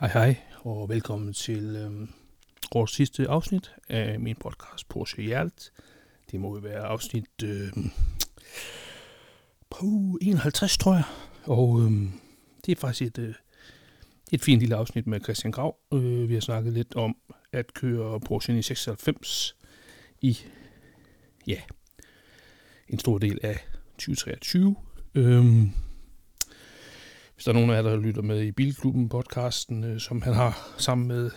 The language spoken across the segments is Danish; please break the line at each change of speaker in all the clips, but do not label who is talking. Hej hej, og velkommen til øhm, årets sidste afsnit af min podcast Porsche Hjert. Det må jo være afsnit øhm, puh, 51, tror jeg. Og øhm, det er faktisk et, øh, et fint lille afsnit med Christian Grav. Øh, vi har snakket lidt om at køre Porsche 96 i ja, en stor del af 2023. Øhm, hvis der er nogen af jer, der lytter med i Bilklubben podcasten, øh, som han har sammen med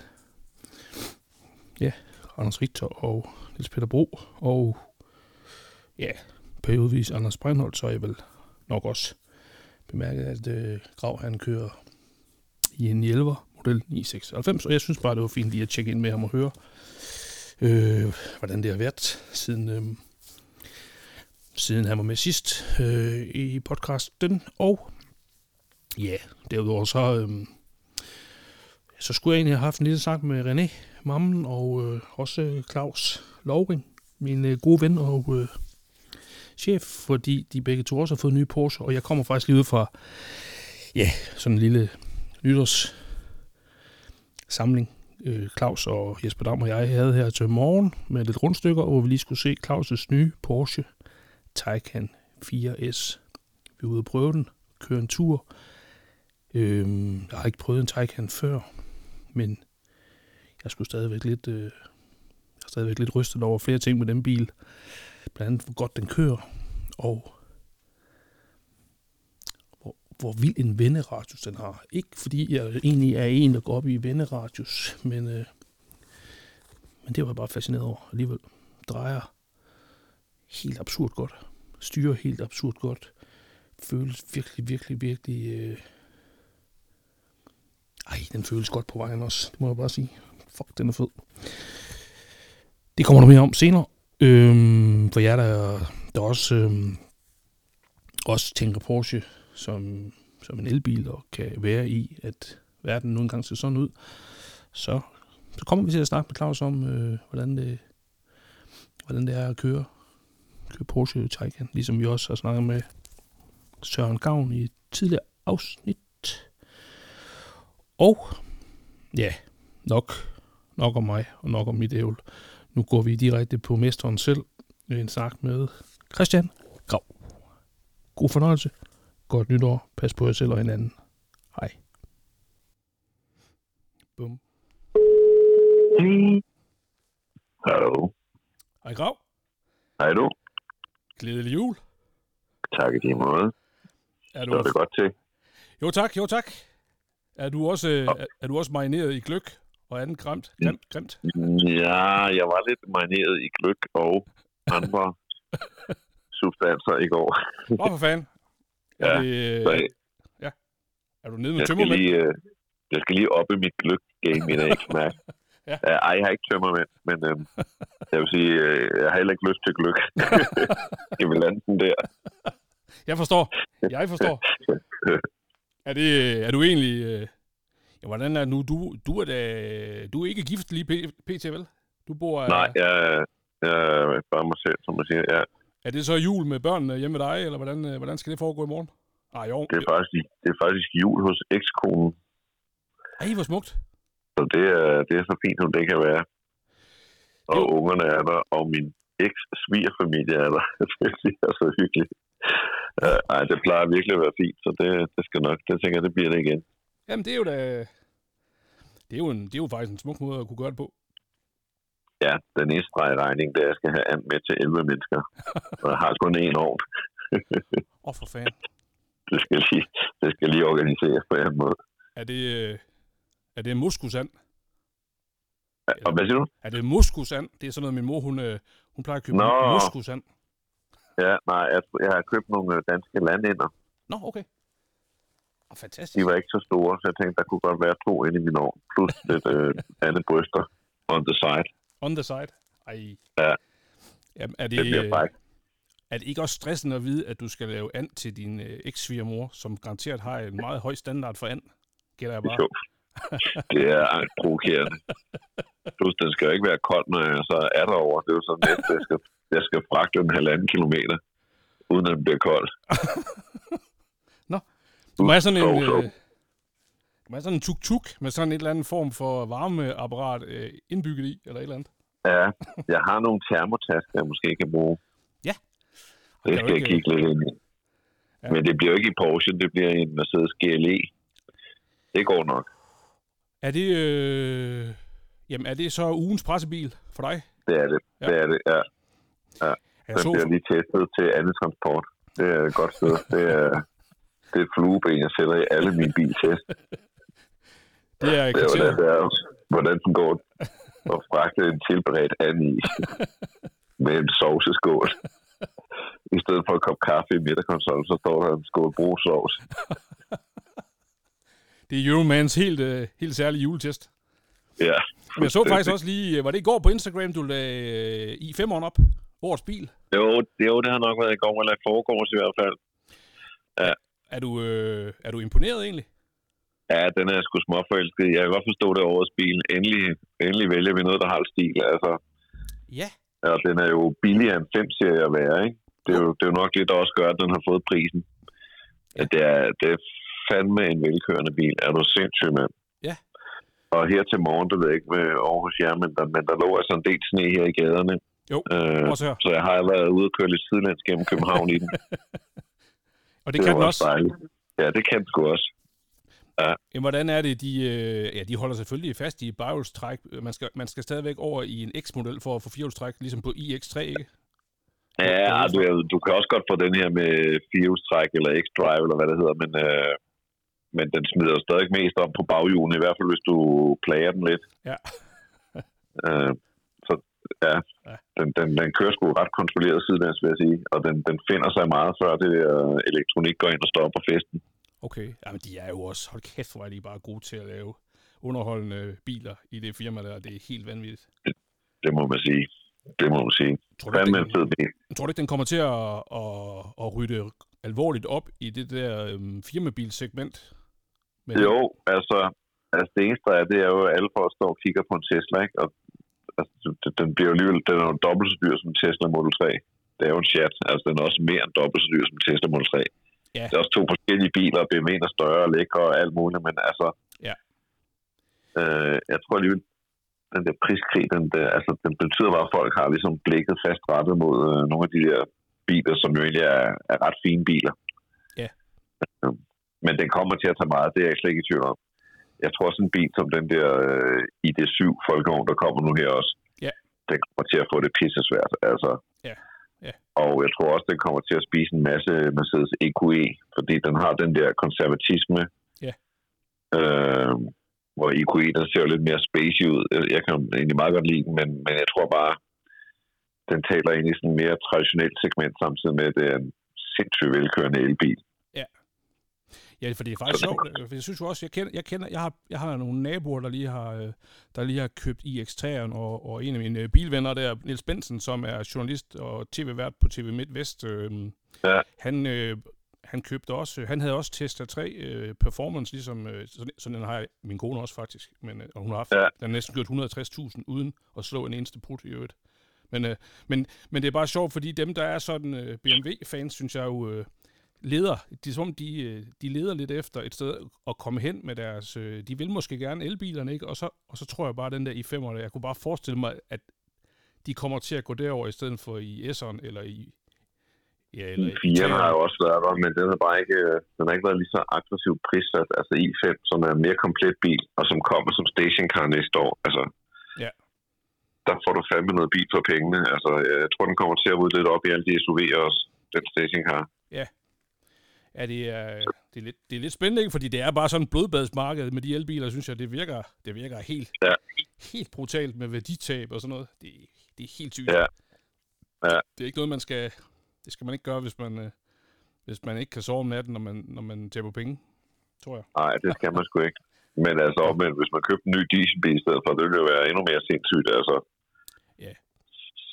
ja, Anders Richter og Niels Peter Bro, og ja, periodvis Anders Breinholt, så er jeg vel nok også bemærket, at øh, Grav han kører i en 11 model 996, og jeg synes bare, det var fint lige at tjekke ind med ham og høre, øh, hvordan det har været siden, øh, siden han var med sidst øh, i podcasten, og Ja, derudover så, øhm, så skulle jeg egentlig have haft en lille snak med René, mammen, og øh, også Claus Lovring, min øh, gode ven og øh, chef, fordi de begge to også har fået nye Porsche, og jeg kommer faktisk lige ud fra ja, sådan en lille nytårs samling. Øh, Claus og Jesper Dam og jeg havde her til morgen med lidt rundstykker, hvor vi lige skulle se Claus' nye Porsche Taycan 4S. Vi er ude og prøve den, køre en tur, Øhm, jeg har ikke prøvet en Taycan før, men jeg skulle stadigvæk lidt, øh, jeg er stadigvæk lidt rystet over flere ting med den bil. Blandt andet, hvor godt den kører, og hvor, hvor vild en venderadius den har. Ikke fordi jeg egentlig er en, der går op i venderadius, men, øh, men det var jeg bare fascineret over alligevel. Drejer helt absurd godt, styrer helt absurd godt, føles virkelig, virkelig, virkelig... Øh, ej, den føles godt på vejen også. Det må jeg bare sige. Fuck, den er fed. Det kommer der mere om senere. Øhm, for jer, der, der også, øhm, også tænker Porsche som, som en elbil og kan være i, at verden nu engang ser sådan ud, så, så kommer vi til at snakke med Claus om, øh, hvordan, det, hvordan det er at køre, køre Porsche Taycan, ligesom vi også har snakket med Søren Gavn i et tidligere afsnit. Og ja, nok, nok om mig og nok om mit ævl. Nu går vi direkte på mesteren selv. En snak med Christian Grav. God fornøjelse. Godt nytår. Pas på jer selv og hinanden. Hej. Bum.
Hallo.
Hej Grav.
Hej du.
Glædelig jul.
Tak i lige måde.
Er
Det var det godt til.
Jo tak, jo tak. Er du også, øh, er, er du også marineret i gløk og andet grimt? grimt, grimt?
Ja, jeg var lidt marineret i gløk og andre substanser i går.
Nå for fanden. Er,
Ja,
det,
Så
øh, er du nede med
jeg skal
tømmermænd?
lige, øh, jeg skal lige oppe mit gløk-game i dag, kan jeg mærke.
Ja.
Ja. Ej, jeg har ikke tømmermænd, men øhm, jeg vil sige, øh, jeg har heller ikke lyst til gløk. Skal vi lande den der?
Jeg forstår. Jeg forstår. er, det, er du egentlig... Øh, ja, hvordan er det nu? Du, du, er da, du er ikke gift lige p- pt, vel? Du bor... øh,
Nej, jeg, jeg er bare mig selv, som man siger. Ja,
Er det så jul med børnene hjemme med dig, eller hvordan, øh, hvordan skal det foregå i morgen? Ej, jo.
det, er faktisk, det er faktisk jul hos ekskonen,
Ej, hvor smukt.
så det er, det er så fint, som det kan være. Og
Jo.
ungerne er der, og min eks-svigerfamilie er der. det er så hyggeligt. Ja, Ej, det plejer virkelig at være fint, så det, det skal nok. Det tænker jeg, det bliver det igen.
Jamen, det er jo da... Det er, jo en, det er jo faktisk en smuk måde at kunne gøre det på.
Ja, den næste regning, det er, at jeg skal have and med til 11 mennesker. Og jeg har kun én ovn.
Åh, oh, for fanden.
Det skal lige, det skal lige organiseres på en eller anden måde.
Er det... øh, Er det moskusand?
Og hvad siger du?
Er det moskusand? Det er sådan noget, min mor, hun, øh, hun plejer at købe
Nå.
moskusand.
Ja, nej, jeg, jeg har købt nogle øh, danske landænder.
Nå, okay. Oh,
De
fantastisk.
var ikke så store, så jeg tænkte, der kunne godt være to inde i min ovn. Plus lidt øh, andet bryster on the side.
On the side. Ej.
Ja.
Jamen, er,
Det
det,
bliver
øh,
faktisk.
er det ikke også stressende at vide, at du skal lave and til din øh, eks-svigermor, som garanteret har en meget høj standard for and? Gælder jeg bare.
Jo. Det er angst provokerende. Plus, den skal jo ikke være kold, når jeg så er derovre. Det er jo sådan lidt, jeg skal, jeg skal fragte den halvanden kilometer, uden at den bliver kold.
Du må have sådan
Jo,
en...
jo.
Øh, Hvad sådan en tuk-tuk med sådan et eller andet form for varmeapparat øh, indbygget i, eller et eller andet?
Ja, jeg har nogle termotasker, jeg måske kan bruge.
Ja.
Det
Der er jo
skal jeg
ikke- øh,
kigge lidt ind i.
Ja.
Men det bliver jo ikke i Porsche, det bliver i en Mercedes GLE. Det går nok.
Er det, øh, jamen, er det så ugens pressebil for dig?
Det er det.
Ja.
Det er det, ja.
Jeg
Den bliver lige testet til andet transport. Det er et godt sted. Det er, det er et flueben, jeg sætter i alle mine biltest.
det er
Det er, hvordan,
kriteriet.
det er, hvordan den går og fragte en tilberedt and i med en sovseskål. I stedet for en kop kaffe i midterkonsollen, så står der en skål brugsovs.
Det er Euromans helt, øh, helt særlige juletest.
Ja.
Men jeg så faktisk også lige, øh, var det i går på Instagram, du lagde øh, i 5'eren op? Årets bil.
Jo, det, jo, det har nok været i går, eller i forgårs i hvert fald.
Er du, øh, er du imponeret egentlig?
Ja, den er jeg sgu småforelsket. i. Jeg kan godt forstå det er årets bil. Endelig, endelig vælger vi noget, der har lidt stil. Altså,
Ja.
ja, den er jo billigere end 5 serier at være, ikke? Det er, jo, det er jo nok det, der også gør, at den har fået prisen. Ja, det, er, det er fandme en velkørende bil. Er du sindssyg, mand?
Ja.
Og her til morgen, det ved jeg ikke med Aarhus jer, men der, men der lå altså en del sne her i gaderne.
Jo,
øh,
også her.
Så jeg har været ude og køre lidt sidelands gennem København i den.
Og det, det kan
var
den også.
dejligt. Ja, det kan den sgu også.
Jamen, hvordan er det, de, øh, ja, de holder selvfølgelig fast i baghjulstræk. Man skal, man skal stadigvæk over i en X-model for at få firehjulstræk, ligesom på iX3, ikke?
Ja, du, øh, du kan også godt få den her med firehjulstræk eller X-Drive, eller hvad det hedder, men, øh, men den smider jo stadig mest om på baghjulene, i hvert fald hvis du plager den lidt.
Ja.
Øh, så ja,
Ja.
den, den, den kører sgu ret kontrolleret sidelands, vil jeg sige, og den, den finder sig meget før det der elektronik går ind og stopper festen.
Okay. Jamen, de er jo også, hold kæft, hvor er de bare gode til at lave underholdende biler i det firma der. Det er helt vanvittigt.
Det må man sige. Det må man sige.
Tror du,
Fandme
ikke,
en fed bil.
den, tror du ikke, den kommer til at, at, at rydde alvorligt op i det der øhm, firmabilsegment? Men,
Jo, altså, altså det eneste der er, det er jo, at alle folk står og kigger på en Tesla, ikke? Og altså, den- den bliver jo alligevel, den er jo dobbelt så dyr som en Tesla Model 3. Det er jo en chat, altså den er også mere end dobbelt så dyr som en Tesla Model 3.
Ja.
Det er også to forskellige biler, og BMW'en er større og lækker og alt muligt, men altså,
Ja.
øh, jeg tror alligevel, den der priskrig, den, der, altså, den betyder bare, at folk har ligesom blikket fast rettet mod øh, nogle af de der biler, som jo egentlig er, er ret fine biler.
Ja.
Øh, men den kommer til at tage meget, det er jeg slet ikke i tvivl om. Jeg tror sådan en bil som den der øh, ID7 Folkevogn, der kommer nu her også,
Ja.
den kommer til at få det pisse svært. Altså.
Ja, ja.
Og jeg tror også, den kommer til at spise en masse Mercedes EQE, fordi den har den der konservatisme.
Ja.
Øh, hvor EQE, den ser jo lidt mere spacey ud. Jeg- Jeg kan egentlig meget godt lide den, men, men jeg tror bare, den taler ind i sådan en mere traditionelt segment, samtidig med, at det er en sindssygt velkørende elbil.
Ja, for det er faktisk
Sådan.
sjovt. øh, For jeg synes jo også, jeg kender, jeg, kender, jeg, har, jeg har nogle naboer, der lige har, øh, der lige har købt iX3'eren, og, og en af mine øh, bilvenner der, Niels Bensen, som er journalist og tv-vært på TV MidtVest, øh,
Ja.
han, øh, han købte også, øh, han havde også Tesla 3 øh, Performance, ligesom, øh, sådan, sådan den har min kone også faktisk, men, øh, og hun har haft, ja.
Ja.
den har næsten kørt 160.000 uden at slå en eneste put i øvrigt. Men, øh, men, men det er bare sjovt, fordi dem, der er sådan øh, BMW-fans, synes jeg jo, øh, leder, de, er som om de, øh, de leder lidt efter et sted at komme hen med deres, øh, de vil måske gerne elbilerne, ikke? Og så, og så tror jeg bare, den der i 5'erne, jeg kunne bare forestille mig, at de kommer til at gå derover i stedet for i S'eren eller i... Ja, eller i
I4 har
treeren.
jo også været der, men den har bare ikke, øh, den har ikke været lige så aggressivt prissat. Altså i5, som er en mere komplet bil, og som kommer som stationcar næste år. Altså,
Ja.
Der får du fandme noget bil for pengene. Altså, jeg tror, den kommer til at rydde lidt op i alle de SUV'er også, den stationcar.
Ja, det er, det, er lidt, det er lidt spændende, ikke? fordi det er bare sådan et blodbadsmarked med de elbiler, synes jeg, det virker, det virker helt,
Ja.
helt brutalt med værditab og sådan noget. Det, det er helt sygt.
Ja. Ja.
Det er ikke noget, man skal, det skal man ikke gøre, hvis man, øh, hvis man ikke kan sove om natten, når man, når man taber penge, tror jeg.
Nej, det skal man sgu ikke. Men altså omvendt, hvis man købte en ny dieselbil i stedet for, det ville jo være endnu mere sindssygt. Altså.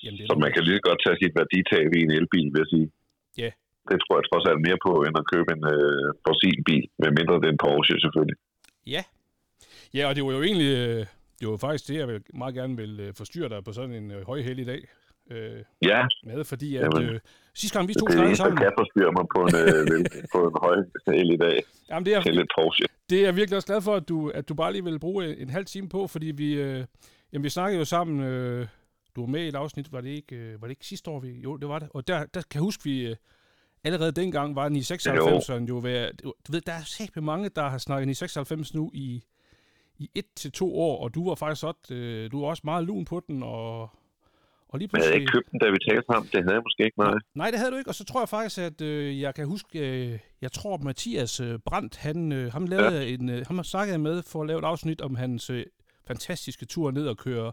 Jamen, det er
Så man kan lige så godt tage sit værditab i en elbil, vil jeg sige.
Ja.
Det tror jeg trods alt mere på, end at købe en øh, fossilbil, medmindre det er en Porsche selvfølgelig.
Ja. Ja, og det var jo egentlig, øh, det var faktisk det, jeg vil- meget gerne vil øh, forstyrre dig på sådan en øh, højhæl i dag. Øh,
Ja,
med, fordi at
Jamen.
øh, sidste gang vi
det
to
er det
snakkede
eneste, der
sammen,
kan forstyrre mig på en, øh, vel- på en høj sal i dag
jamen det er,
til et Porsche.
Det er jeg virkelig også glad for, at du, at du bare lige ville bruge øh, en halv time på, fordi vi, øh, jamen, vi snakkede jo sammen, øh, du var med i et afsnit, var det ikke, øh, var det ikke sidste år? Vi, jo, det var det. Og der, der kan jeg huske, vi øh, allerede dengang var 996'eren jo ved, du ved, der er sæt mange, der har snakket 996 nu i, i et til to år, og du var faktisk også, øh, du var også meget lun på den, og, og lige
Men havde jeg ikke købt den, da vi talte sammen? Det havde jeg måske ikke, nej.
Nej, det havde du ikke, og så tror jeg faktisk, at øh, jeg kan huske, øh, jeg tror, Mathias øh, Brandt, han, øh, ham, lavede ja. en, øh, ham snakkede jeg med for at lave et afsnit om hans øh, fantastiske tur ned og køre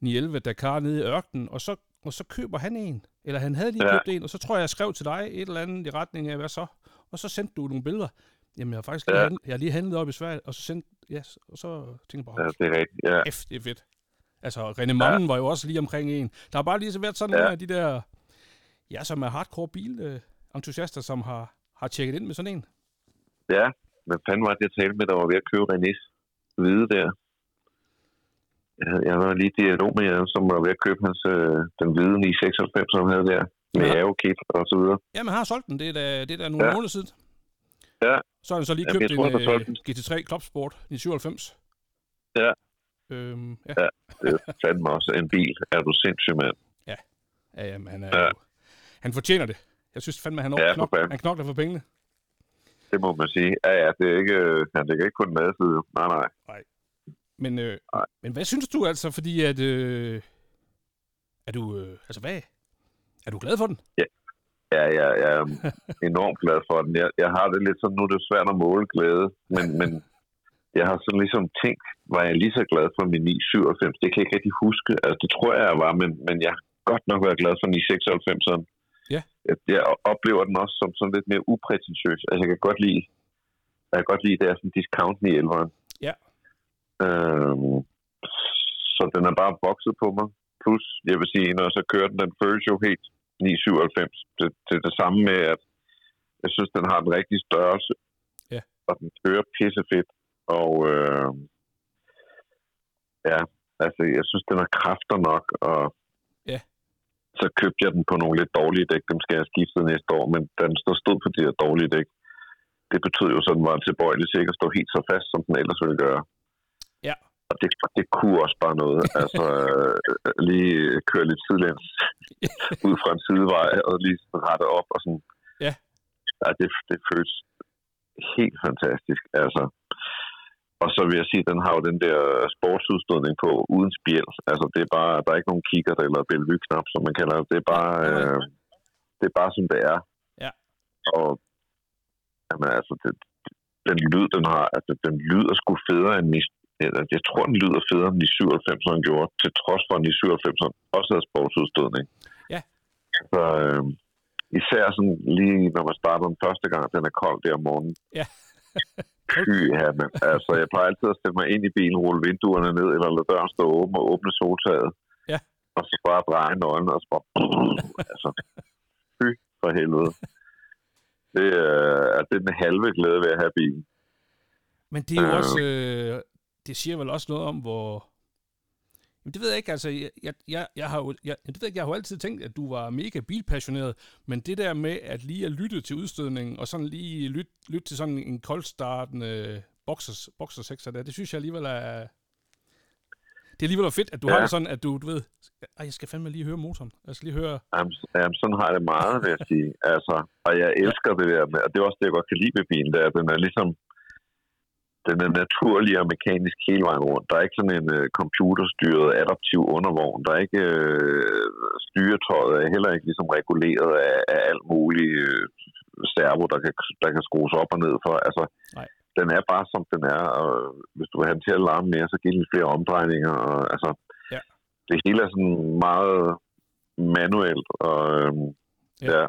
911 Dakar ned i ørkenen, og så, og så køber han en, eller han havde lige
Ja.
ja. købt en, og så tror jeg, jeg skrev til dig et eller andet i retning af, hvad så? Og så sendte du nogle billeder. Jamen, jeg har faktisk lige,
Ja.
handlet, jeg har lige handlet op i Sverige, og så sendte, ja, og så tænkte jeg
Ja,
bare,
det er rigtigt. Ja.
F, det er fedt. Altså, René Mammen ja. var jo også lige omkring en. Der har bare lige så været sådan
Ja.
ja. nogle af de der, ja, som er hardcore bilentusiaster, som har, har tjekket ind med sådan en.
ja. Hvad fanden var det, jeg talte med, der var ved at købe Renés hvide der? Jeg, havde- jeg var lige i dialog med jer, som var ved at købe hans, øh, den hvide 996, som han havde der. Med
Ja.
ja. og så videre.
Jamen, har solgt den. Det er da, det er da nogle
Ja.
ja. måneder siden.
Ja.
Så har han så lige
Jamen,
købt
jeg tror, han har solgt
en uh, GT3 Club Sport 1997.
Ja.
Øhm, ja.
Ja. Det er fandme også en bil. Er du sindssyg, mand?
ja. Jamen, han, er
Ja.
ja. Jo, han fortjener det. Jeg synes fandme, han,
Ja,
ja,
for
knok,
fanden.
han knokler for pengene.
Det må man sige. Ja, ja, det er ikke, øh, han lægger ikke kun mad side. Nej, nej.
Men, øh,
Nej.
men hvad synes du altså, fordi at... Øh, er du... Øh, altså, hvad... Er du glad for den?
Ja, ja, jeg er enormt glad for den. Jeg, jeg har det lidt sådan, nu er det svært at måle glæde, men, men jeg har sådan ligesom tænkt, var jeg lige så glad for min 997? Det kan jeg ikke rigtig huske. Altså, det tror jeg, jeg var, men, men jeg har godt nok været glad for 996'eren.
Ja.
Jeg, jeg oplever den også som sådan lidt mere uprætentiøs. Altså, jeg kan godt lide, jeg kan godt lide, at det er sådan discounten i 11'eren.
Ja.
Øhm, så den er bare vokset på mig. Plus, jeg vil sige, når jeg så kører den, den føles jo helt 997. Det, det er det samme med, at jeg synes, den har den rigtige størrelse.
Ja.
Og den kører pissefedt. Og øh, ja, altså, jeg synes, den har kræfter nok. Og
Ja.
så købte jeg den på nogle lidt dårlige dæk. Dem skal jeg skifte næste år, men da den så stod på de her dårlige dæk. Det betød jo, så den var tilbøjelig til ikke at stå helt så fast, som den ellers ville gøre.
Ja.
Og det, det kunne også bare noget. Altså, øh, lige køre lidt sidelæns ud fra en sidevej og lige sådan rette op og sådan.
Ja.
ja det, det føles helt fantastisk, altså. Og så vil jeg sige, at den har jo den der sportsudstødning på, uden spjæl. Altså, det er bare, der er ikke nogen kikkert eller Bellevue-knap, som man kalder det. Det er bare,
Nej.
øh, det er bare som det er.
Ja.
Og, jamen, altså, det, den lyd, den har, altså, den lyder sgu federe end i, eller, jeg tror, den lyder federe end i 97'eren gjorde, til trods for, at den i 97'eren også havde sportsudstødning.
Ja.
Så, øh, især sådan lige, når man starter den første gang, den er kold der om morgenen.
Ja.
Pyha, mand. Altså, jeg plejer altid at stille mig ind i bilen, rulle vinduerne ned, eller lade døren stå åben og åbne soltaget.
Ja.
Og så bare dreje nøglen og så bare... altså, fy for helvede. Det er, øh, det er den halve glæde ved at have bilen.
Men det er jo
Øh.
også... Øh, det siger vel også noget om, hvor... Jamen, det ved jeg ikke, altså, jeg, jeg, jeg, jeg har jo, jeg, det ved jeg, ikke, jeg har jo altid tænkt, at du var mega bilpassioneret, men det der med at lige at lytte til udstødningen, og sådan lige lytte lyt til sådan en koldstartende boxers, boxersekser der, det synes jeg alligevel er... Det er alligevel er fedt, at du
Ja.
ja. har det sådan, at du, du ved, ej, jeg skal fandme lige høre motoren. Jeg skal lige høre...
Jamen, s- jamen, sådan har jeg det meget, vil jeg sige. Altså, og jeg elsker det der med, og det er også det, jeg godt kan lide ved bilen, det er, at den er ligesom, den er naturlig og mekanisk hele vejen rundt. Der er ikke sådan en øh, computerstyret, adaptiv undervogn. Der er ikke øh, styretøjet, er heller ikke ligesom reguleret af, af alt muligt øh, servo, der kan, der kan skrues op og ned for. Altså,
Nej.
den er bare, som den er, og hvis du vil have den til at larme mere, så giver den flere omdrejninger. Og, altså,
Ja.
Det hele er sådan meget manuelt, og øhm, ja.
Ja.
ja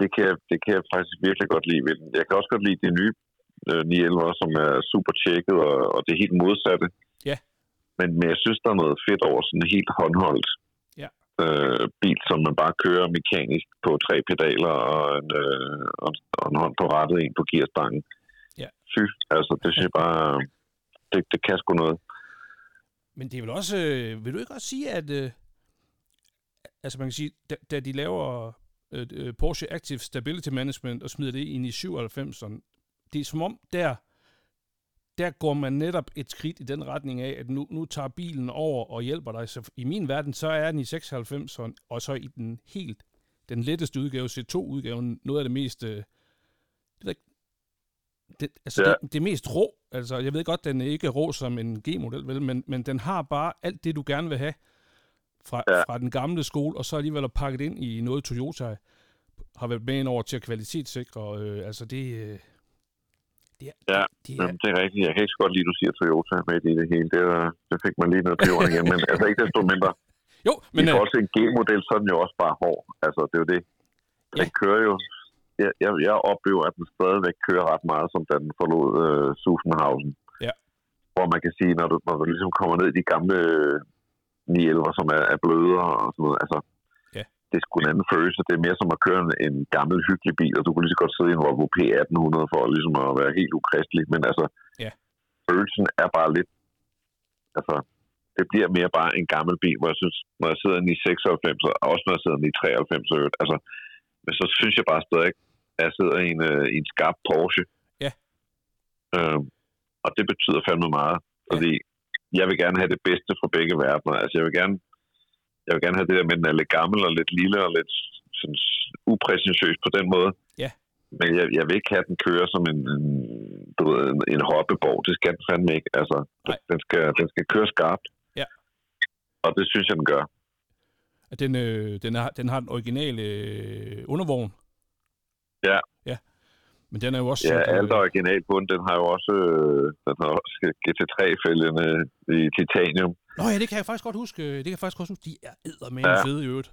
det, kan jeg, det kan jeg faktisk virkelig godt lide ved den. Jeg kan også godt lide de nye øh, 911, som er super tjekket, og, og det er helt modsatte.
Ja.
Men, men jeg synes, der er noget fedt over sådan en helt håndholdt
Ja.
øh, bil, som man bare kører mekanisk på tre pedaler og en, øh, og, en- og en hånd på rattet, en på gearstangen.
Ja.
Fy, altså det synes jeg bare, det, det kan sgu noget.
Men det er vel også, øh, vil du ikke også sige, at øh, altså man kan sige, da, da de laver øh, øh, Porsche Active Stability Management og smider det ind i 97'eren, det er som om der, der går man netop et skridt i den retning af, at nu, nu tager bilen over og hjælper dig. Så i min verden, så er den i 96'eren, og så i den helt, den letteste udgave, C2-udgaven, noget af det mest... Øh, det, ved jeg ikke, det, altså
Ja.
ja. det, det mest rå. Altså, jeg ved godt, den er ikke rå som en G-model, vel, men, men den har bare alt det, du gerne vil have fra,
Ja.
ja. fra den gamle skole, og så alligevel at pakke det ind i noget Toyota har været med ind over til at kvalitetssikre. og, Øh, altså, det... Øh, det er,
Ja,
det
Jamen, det er rigtigt. Jeg kan ikke så godt lide, at du siger Toyota med i det hele. Det, er- det fik man lige noget peberne igen, men altså ikke desto mindre.
Jo,
Men,
men...
I
Øh,
forhold til en G-model, så er den jo også bare hård. Altså, det er jo det. Den
Ja.
kører jo... Jeg, jeg, jeg oplever, at den stadigvæk kører ret meget, som da den forlod øh, Susenhausen.
Ja.
Hvor man kan sige, når du, når du ligesom kommer ned i de gamle øh, 911, som er, er blødere og sådan noget, altså,
Ja.
det er sgu en anden følelse. Det er mere som at køre en, en gammel, hyggelig bil, og du kunne lige så godt sidde i en Volvo P1800 for ligesom at være helt ukristelig, men altså,
Ja.
følelsen er bare lidt... Altså, det bliver mere bare en gammel bil, hvor jeg synes, når jeg sidder inde i 96, og også når jeg sidder inde i 93, øh, altså, men så synes jeg bare stadig, at jeg sidder i en, øh, i en skarp Porsche.
Ja.
Øhm, og det betyder fandme meget, fordi jeg vil gerne have det bedste fra begge verdener. Altså, jeg vil gerne, jeg vil gerne have det der med, at den er lidt gammel og lidt lille og lidt sådan, upræsentøs på den måde.
Ja.
Men jeg, jeg vil ikke have den køre som en, en, du ved, en, en hoppeborg. Det skal den fandme ikke. Altså,
Nej.
den skal, den skal køre skarpt.
Ja.
Og det synes jeg, den gør.
at den, øh, den, har, den har den originale øh, undervogn.
Ja.
Ja. Men den er jo også... øh,
Ja,
sådan,
alt er original på den. Den har jo også, øh, den har også GT3-fældene i titanium.
Nå ja, det kan jeg faktisk godt huske. øh, Det kan jeg faktisk godt huske. De er eddermame
Ja.
ja. fede i øvrigt.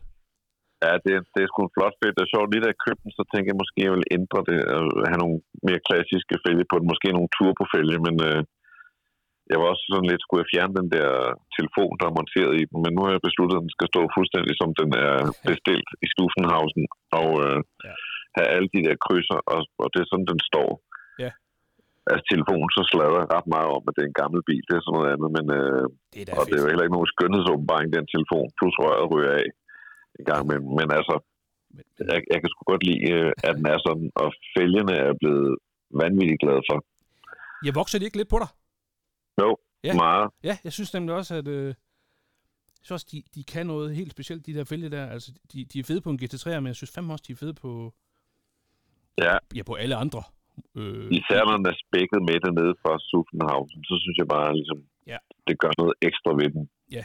Ja, det, det er sgu en flot fedt. Det er sjovt, lige da jeg købte den, så tænkte jeg måske, jeg ville ændre det og have nogle mere klassiske fælge på den. Måske nogle turbofælge, men øh, jeg var også sådan lidt, skulle jeg fjerne den der telefon, der er monteret i den. Men nu har jeg besluttet, at den skal stå fuldstændig, som den er bestilt i Stufenhausen. Og øh,
Ja.
ja. have alle de der krydser, og, og det er sådan, den står.
Ja.
Altså telefonen så sladrer jeg ret meget om, at det er en gammel bil, det er sådan noget andet, men... Øh,
Det er da
og det er jo
fedt.
heller ikke nogen skønhedsåbenbaring, den telefon, plus røret ryger af en gang imellem. Men altså,
Men-
jeg, jeg kan sgu godt lide, øh, at den er sådan, og fælgene er blevet vanvittigt glade for.
Jeg vokser det ikke lidt på dig?
Jo,
Ja.
ja. meget.
Ja, jeg synes nemlig også, at... Øh, så også, de, de kan noget helt specielt, de der fælge der. Altså, de, de er fede på en GT3, men jeg synes fandme også, de er fede på,
Ja,
ja, på alle andre. Øh,
især når den er spækket med det nede fra Suffenhausen, så synes jeg bare, ligesom,
Ja.
det gør noget ekstra ved den.
de er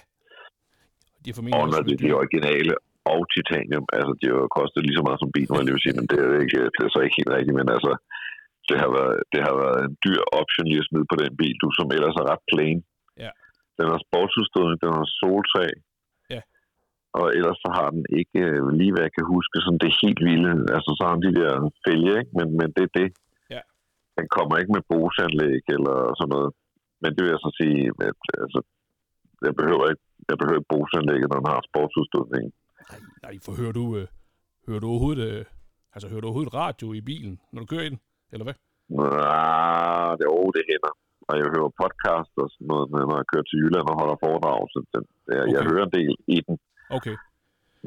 Og
formentlig
når
også
det er
lidt
de
dyre.
originale og titanium, altså de har jo kostet lige så meget som bilen, var jeg lige vil sige, men det er, jo ikke, det er så ikke helt rigtigt, men altså, det har, været, det har været en dyr option lige at smide på den bil, du som ellers er ret plain.
Ja.
Den har sportsudstødning, den har soltræ,
Ja.
og ellers så har den ikke, øh, lige hvad jeg kan huske, sådan det helt vilde, altså så har den de der fælge, ikke? Men, men det er det.
Ja.
Den kommer ikke med bosanlæg eller sådan noget, men det vil jeg så sige, at altså, jeg behøver ikke jeg behøver ikke brugsanlægget, når den har sportsudstødning.
Nej, nej, for hører du, øh, hører du overhovedet... Øh, altså, hører du overhovedet radio i bilen, når du kører i den? Eller hvad?
Nej, det, oh, det hænder. Og jeg hører podcast og sådan noget, når jeg kører til Jylland og holder foredrag. Så det, det, okay. jeg
Okay.
hører en del i den.
Okay.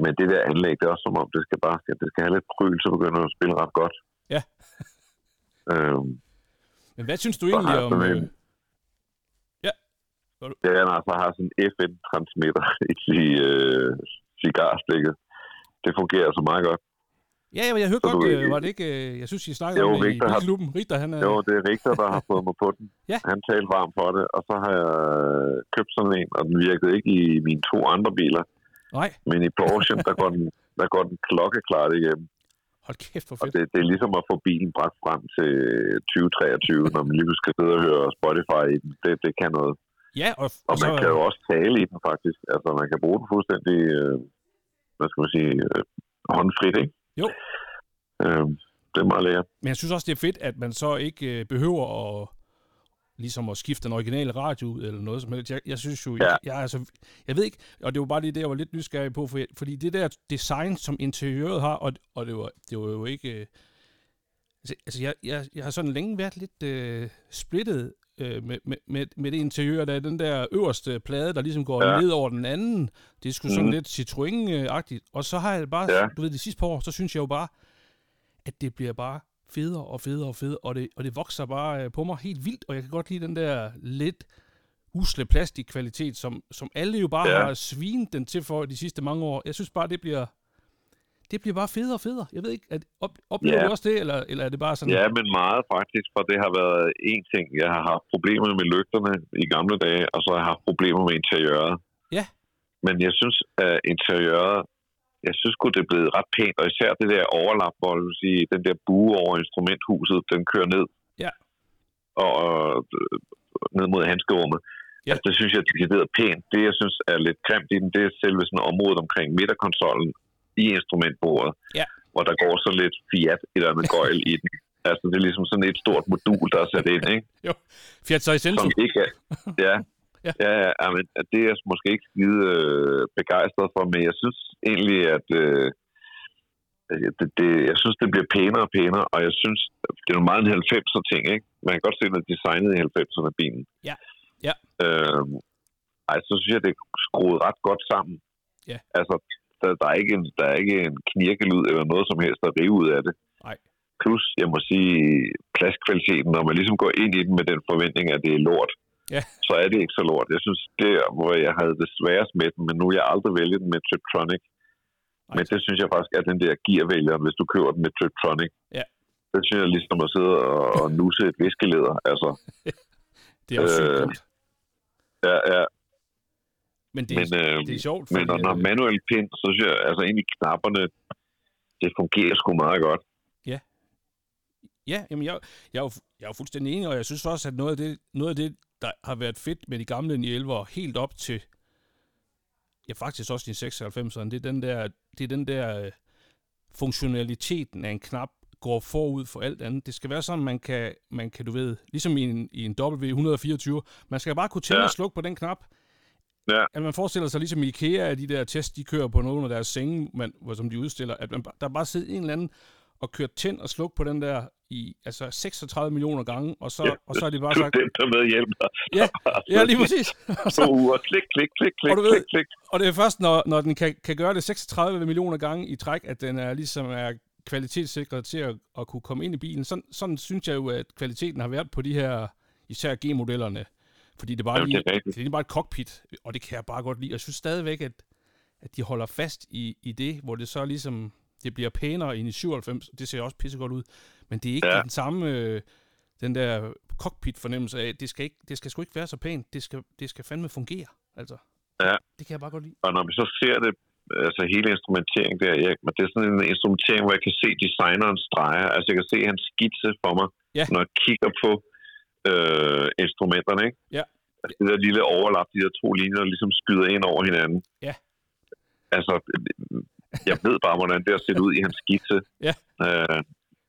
Men det der anlæg, det er også som om, det skal bare det skal have lidt pryl, så begynder det at spille ret godt.
Ja.
øhm,
Men hvad synes du
så har
egentlig
jeg
om...
sådan
Øh, Hvad
en,
er du-
det er, når jeg så har sådan en FN-transmitter i øh, cigarstikket. Det fungerer så meget godt.
ja, ja, men jeg hørte
Så
godt,
du-
øh, var det ikke... Øh, jeg synes, I snakkede
Jo,
om det i
Victor har-
bilklubben. Richter, han er...
Jo, det er Richter, der har fået mig på den.
Øh. Ja.
Han talte varmt for det, og så har jeg øh, købt sådan en, og den virkede ikke i mine to andre biler.
Nej,
Men i Porsche, der går den, der går den klokkeklart igennem.
hold kæft, hvor
Og
fedt.
det, det er ligesom at få bilen bragt frem til 2023, når man lige pludselig skal sidde og høre Spotify i den. Det, det kan noget.
Ja, og,
Og
og så...
man kan jo også tale i den faktisk. Altså man kan bruge den fuldstændig, øh, hvad skal man sige, øh, håndfrit, ikke?
Jo.
Øh, det er meget lækkert.
Men jeg synes også, det er fedt, at man så ikke øh, behøver at ligesom at skifte den originale radio ud eller noget som helst. Jeg, jeg synes jo, ja.
Ja.
jeg, jeg, altså, jeg ved ikke, og det var bare lige det, jeg var lidt nysgerrig på, for, fordi det der design, som interiøret har, og, og det, var, det var jo ikke... Øh, altså, altså jeg, jeg, jeg har sådan længe været lidt øh, splittet øh, med, med, med, med det interiør, der er den der øverste plade, der ligesom går ja.
Ja.
ned over den anden. Det er sgu sådan
Mhm.
lidt Citroën-agtigt. Og så har jeg bare, ja.
Ja.
du ved, de sidste par år, så synes jeg jo bare, at det bliver bare federe og federe og federe, og det, og det vokser bare øh, på mig helt vildt, og jeg kan godt lide den der lidt usle plastikkvalitet, som, som alle jo bare ja.
Ja.
har svinet den til for de sidste mange år. Jeg synes bare, det bliver, det bliver bare federe og federe. Jeg ved ikke, at, op, oplever
Ja.
du også det, eller, eller er det bare sådan...
Ja, men meget faktisk, for det har været en ting. Jeg har haft problemer med lygterne i gamle dage, og så har jeg haft problemer med interiøret.
Ja.
Men jeg synes, at interiøret, jeg synes godt det er blevet ret pænt, og især det der overlap, hvor du vil sige, den der bue over instrumenthuset, den kører ned.
Ja.
Og, og øh, ned mod handskerummet.
Ja.
Ja. Altså, det synes jeg, det er pænt. Det, jeg synes er lidt grimt i den, det er selve sådan området omkring midterkonsollen i instrumentbordet hvor der går sådan lidt fiat eller andet gøjl i den. Altså, det er ligesom sådan et stort modul, der er sat ind, ikke?
Fiat 6 Sensu.
Som ikke er... Ja.
Ja.
Ja, ja, ja men det er jeg måske ikke skide øh, begejstret for, men jeg synes egentlig, at øh, det, det, jeg synes, det bliver pænere og pænere, og jeg synes, det er jo meget en 90'er ting, ikke? Man kan godt se, at den er designet i 90'erne bilen.
Ja. Ja.
Øh, ej, så synes jeg, det er skruet ret godt sammen.
Ja.
Altså, der, der, er ikke en, der er ikke en knirkelyd eller noget som helst at rive ud af det.
Nej.
Plus, jeg må sige, pladskvaliteten, når man ligesom går ind i den med den forventning, at det er lort,
Ja.
så er det ikke så lort. Jeg synes, det er, hvor jeg havde det sværest med den, men nu har jeg aldrig vælget den med Triptronic. Men det synes jeg faktisk er den der gearvælger, hvis du køber den med Triptronic.
Ja.
Det synes jeg er ligesom at sidde og, og nusse et viskeleder. Altså,
Det er også
øh,
øh,
ja, ja.
Men det,
men,
men,
øh,
det er sjovt,
men når
fordi,
den har
øh,
manuel pind, så synes jeg, altså egentlig knapperne, det fungerer sgu meget godt.
Ja, jamen jeg, jeg, er jo, jeg er jo fuldstændig enig, og jeg synes også, at noget af det, noget af det der har været fedt med de gamle 911'ere, helt op til, ja faktisk også de 96'erne, det er den der, det er den der øh, funktionaliteten af en knap, går forud for alt andet. Det skal være sådan, man kan, man kan du ved, ligesom i en, i en W124, man skal bare kunne tænde
Ja.
og slukke på den knap,
Ja.
at man forestiller sig ligesom i IKEA, at de der test, de kører på nogle af deres senge, man, hvor- som de udstiller, at man, ba- der bare sidder en eller anden og kører tænd og sluk på den der i altså 36 millioner gange, og så,
Ja.
og så har de bare
Du
sagt,
dem, der med hjælp.
ja, ja lige præcis. Og,
To
så,
uger. Klik, klik, klik,
Og
klik,
du ved-
klik, klik.
og det er først, når, når den kan, kan gøre det 36 millioner gange i træk, at den er ligesom er kvalitetssikret til at, at kunne komme ind i bilen. Sådan, sådan synes jeg jo, at kvaliteten har været på de her, især G-modellerne. Fordi det er bare
Jamen,
lige,
det er rigtigt.
det er bare et cockpit, og det kan jeg bare godt lide. Og jeg synes stadigvæk, at, at de holder fast i, i det, hvor det så ligesom, det bliver pænere end i 97, det ser også pissegodt ud, men det er ikke ja.
Ja.
den samme, øh, den der cockpit-fornemmelse af, det skal, ikke, det skal sgu ikke være så pænt, det skal, det skal fandme fungere, altså.
Ja.
Det kan jeg bare godt lide.
Og når vi så ser det, altså hele instrumenteringen der, ja, men det er sådan en instrumentering, hvor jeg kan se designerens streger, altså jeg kan se hans skitse for mig,
Ja.
når jeg kigger på øh, instrumenterne, ikke?
Ja.
Altså det der lille overlap, de der to linjer, der ligesom skyder ind over hinanden.
Ja.
Altså, jeg ved bare, hvordan det har set ud i hans skitse.
Ja.
Øh,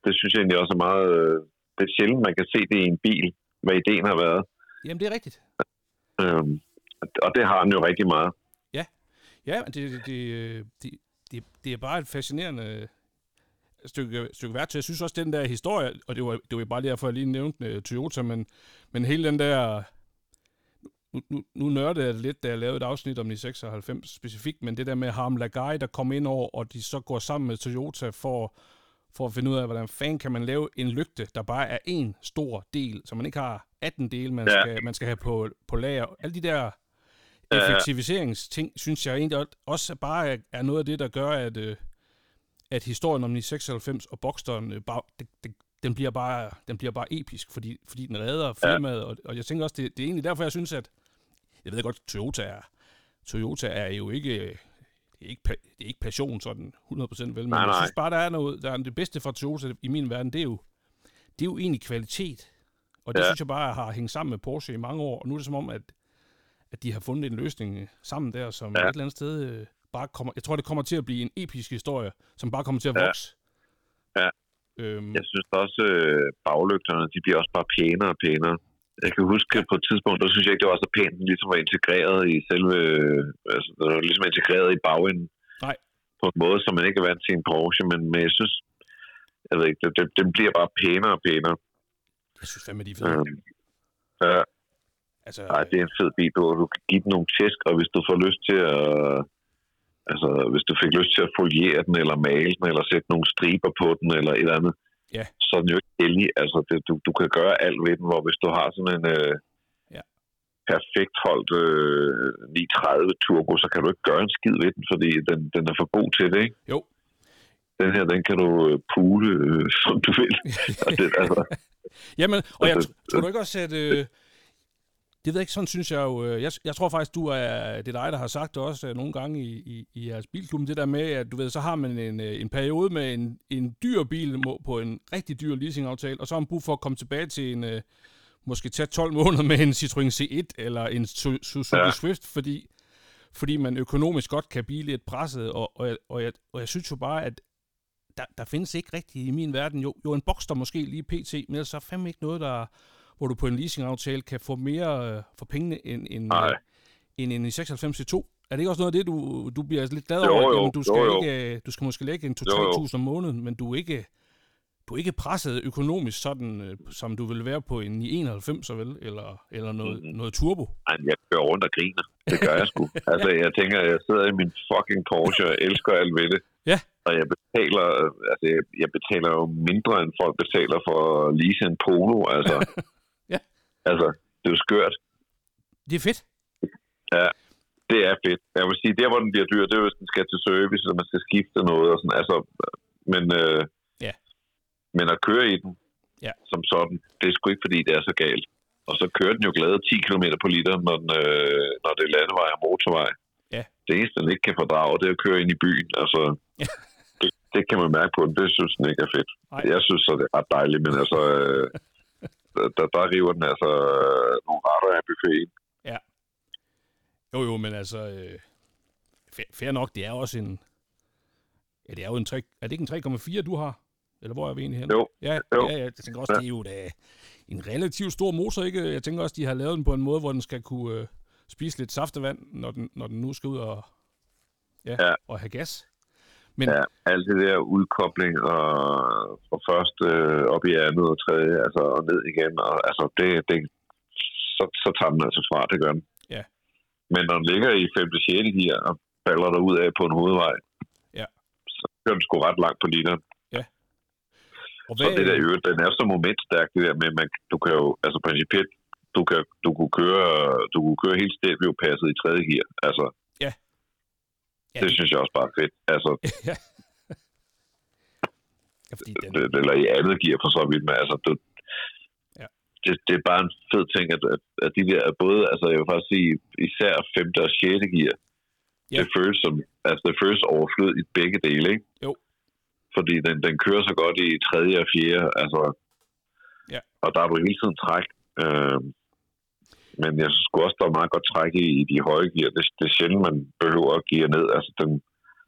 det synes jeg egentlig også er meget... Øh, det er sjældent, man kan se det i en bil, hvad ideen har været.
Jamen, det er rigtigt.
Øh, og det har den jo rigtig meget.
Ja, men det, det, det, det, det, det er bare et fascinerende stykke, stykke værktøj. Jeg synes også, den der historie, og det var, det var bare derfor, jeg lige nævnte øh, Toyota, men, men hele den der... Nu, nu, nu nørdede jeg det lidt, da jeg lavede et afsnit om de 96 specifikt, men det der med Harm Lagai, der kom ind over, og de så går sammen med Toyota for, for at finde ud af, hvordan fanden kan man lave en lygte, der bare er en stor del, så man ikke har 18 dele, man, ja.
Ja.
skal, man skal have på, på lager. Alle de der
Ja, ja.
effektiviseringsting, synes jeg egentlig ot- også bare er- er noget af det, der gør, at, øh, at historien om 96 og Boxsteren, øh, bare, det, det, den, bliver bare, den bliver bare episk, fordi, fordi den redder firmaet, og, og jeg tænker også, det, det er egentlig derfor, jeg synes, at jeg ved godt, Toyota er, Toyota er jo ikke, øh, det er ikke, pa- det er ikke passion sådan 100% vel, men
Nej,
jeg
nej.
synes bare, der er noget, der er det bedste fra Toyota i min verden, det er jo, det er jo egentlig kvalitet, og det ja.
Ja.
synes jeg bare har hængt sammen med Porsche i mange år, og nu er det som om, at, at de har fundet en løsning øh, sammen der, som ja.
Ja.
et eller andet sted øh, bare kommer, jeg tror, det kommer til at blive en episk historie, som bare kommer til at
Ja.
vokse.
Ja.
Øhm,
Jeg synes også, øh, baglygterne, de bliver også bare pænere og pænere. Jeg kan huske på et tidspunkt, der synes jeg ikke, det var så pænt, den ligesom var integreret i selve, øh, altså, den var ligesom integreret i bagenden.
Nej.
På en måde, som man ikke er vant til i en Porsche, men, men jeg synes, jeg ved ikke, det, det, den bliver bare pænere og pænere.
jeg synes fandme, de er fede.
Øh, ja,
altså,
ej, det er en fed bil, hvor du kan give den nogle tæsk, og hvis du får lyst til at, øh, altså, hvis du fik lyst til at foliere den, eller male den, eller sætte nogle striber på den, eller et eller andet,
Ja.
så er den jo ikke heldig. Altså, det, du, du kan gøre alt ved den, hvor hvis du har sådan en øh,
Ja.
ja. perfekt holdt øh, 930 turbo, så kan du ikke gøre en skid ved den, fordi den, den er for god til det, ikke?
Jo.
Den her, den kan du øh, pule, øh, som du vil. Og det, altså,
Jamen, og jeg
Altså,
tr- tror du ikke også, at... Øh, det ved jeg ikke, sådan synes jeg jo... øh, Jeg, jeg tror faktisk, du er... Det er dig, der har sagt det også øh, nogle gange i, i, i jeres bilklub, det der med, at du ved, så har man en, øh, en periode med en, en dyr bil må- på en rigtig dyr leasingaftale, og så har man brug for at komme tilbage til en... Øh, måske tage 12 måneder med en Citroën C1 eller en Su- Suzuki ja.
Ja.
Swift, fordi, fordi man økonomisk godt kan blive lidt presset, og, og, jeg, og, jeg, og jeg synes jo bare, at der, der findes ikke rigtigt i min verden. Jo, jo en Boxster måske lige pt, men ellers er fandme ikke noget, der, hvor du på en leasingaftale kan få mere øh, for pengene end, end,
Nej.
øh, end, en 96 C2. Er det ikke også noget af det, du, du bliver altså lidt glad
Jo,
over? at,
jo,
jamen, du, skal
jo, jo.
Ikke, øh, du skal måske lægge en
Jo, jo.
2-3.000 om måneden, men du er ikke, du er ikke presset økonomisk sådan, øh, som du vil være på en 91, vel? Eller, eller noget,
Mhm.
noget turbo.
Ej, men jeg kører rundt og griner. Det gør jeg sgu. Altså, jeg tænker, jeg sidder i min fucking Porsche og elsker alt ved det.
Ja.
Og jeg betaler, øh, altså, jeg, jeg betaler jo mindre, end folk betaler for at lease en polo, altså.
Ja.
Altså, det er jo skørt.
Det er fedt.
Det er fedt. Jeg vil sige, der hvor den bliver dyr, det er hvis den skal til service, og man skal skifte noget og sådan. Altså, men, øh,
Ja.
men at køre i den,
Ja.
som sådan, det er sgu ikke, fordi det er så galt. Og så kører den jo glade 10 km på liter, når, den, øh, når det er landevej og motorvej.
Ja.
Det eneste, den ikke kan fordrage, det er at køre ind i byen. Altså,
Ja.
det, det kan man mærke på den. Det synes den ikke er fedt.
Nej.
Jeg synes, så det er ret dejligt, men altså, øh, der, der river den altså øh, nogle retter af buffeten.
Jo, jo, men altså... Øh, fair, fair nok, det er også en... Ja, det er jo en 3... Er det ikke en 3,4, du har? Eller hvor er vi egentlig hen?
Jo,
Ja,
jo.
ja, ja jeg tænker også, det er jo da en relativt stor motor, ikke? Jeg tænker også, de har lavet den på en måde, hvor den skal kunne øh, spise lidt saftevand, når den, når den nu skal ud og, ja, ja.
Ja.
og have gas. Men ja.
Ja, alt det der udkobling og, og først øh, op i andet og tredje, altså og ned igen, og altså det, det så, så tager den altså fra, det gør den.
Ja.
Men når den ligger i 5. 6. gear og falder der ud af på en hovedvej,
Ja.
så kører den sgu ret langt på literen.
og øh,
Så det der i øvrigt, den er så momentstærk, det der med, man, du kan jo, altså principielt, du kan, du kunne køre, du kunne køre helt stereopasset i tredje gear, altså.
Ja. Ja,
Ja, det
det-
synes jeg også bare er fedt. Altså,
ja, fordi den,
Det- Øh, eller i andet gear for så vidt, men altså, det,
Ja.
ja. det, det er bare en fed ting, at, at, at de der er både, altså jeg vil faktisk sige, især 5. og 6. gear,
Ja.
ja. det føles som, altså det føles overflødigt begge dele, ikke?
Jo.
Fordi den, den kører så godt i 3. og 4. altså,
Ja.
og der er du hele tiden træk, øh, men jeg synes sgu også, der er meget godt træk i, i de høje gear. Det, det er sjældent, man behøver at gear ned. Altså, den,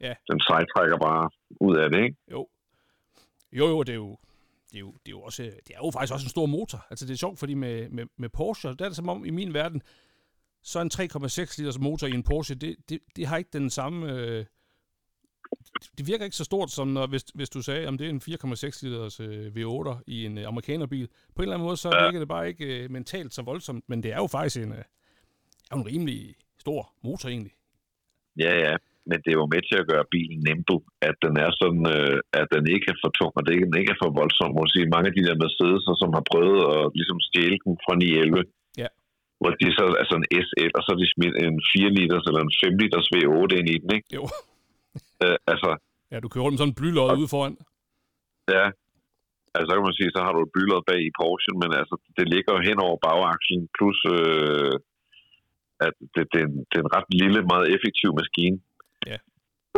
Ja.
den sejtrækker bare ud af det, ikke?
Jo. Jo, jo, det er jo, det er jo, det er jo, også, det er jo faktisk også en stor motor. Altså, det er sjovt, fordi med, med, med Porsche, der er det som om i min verden, så er en 3,6 liters motor i en Porsche, det, det, det har ikke den samme... Øh, det virker ikke så stort, som når, hvis, hvis du sagde, om det er en 4,6 liters øh, V8'er i en øh, amerikanerbil. På en eller anden måde, så
Ja.
virker det bare ikke øh, mentalt så voldsomt, men det er jo faktisk en, øh, er jo en rimelig stor motor egentlig.
Ja, ja. Men det er jo med til at gøre bilen nimble, at den er sådan, øh, at den ikke er for tung, og det ikke, den ikke er for voldsom. Man sige, mange af de der Mercedes'er, som har prøvet at ligesom stjæle den fra 911,
Ja.
hvor de så altså en SL, og så har de smidt en 4 liters eller en 5 liters V8 ind i den, ikke?
Jo.
Øh, altså,
Ja, du kører rundt med sådan en blylod ude foran.
ja. Altså, så kan man sige, så har du et bylod bag i Porsche, men altså, det ligger jo hen over bagakslen, plus øh, at det, det, er en, det er en ret lille, meget effektiv maskine.
Ja.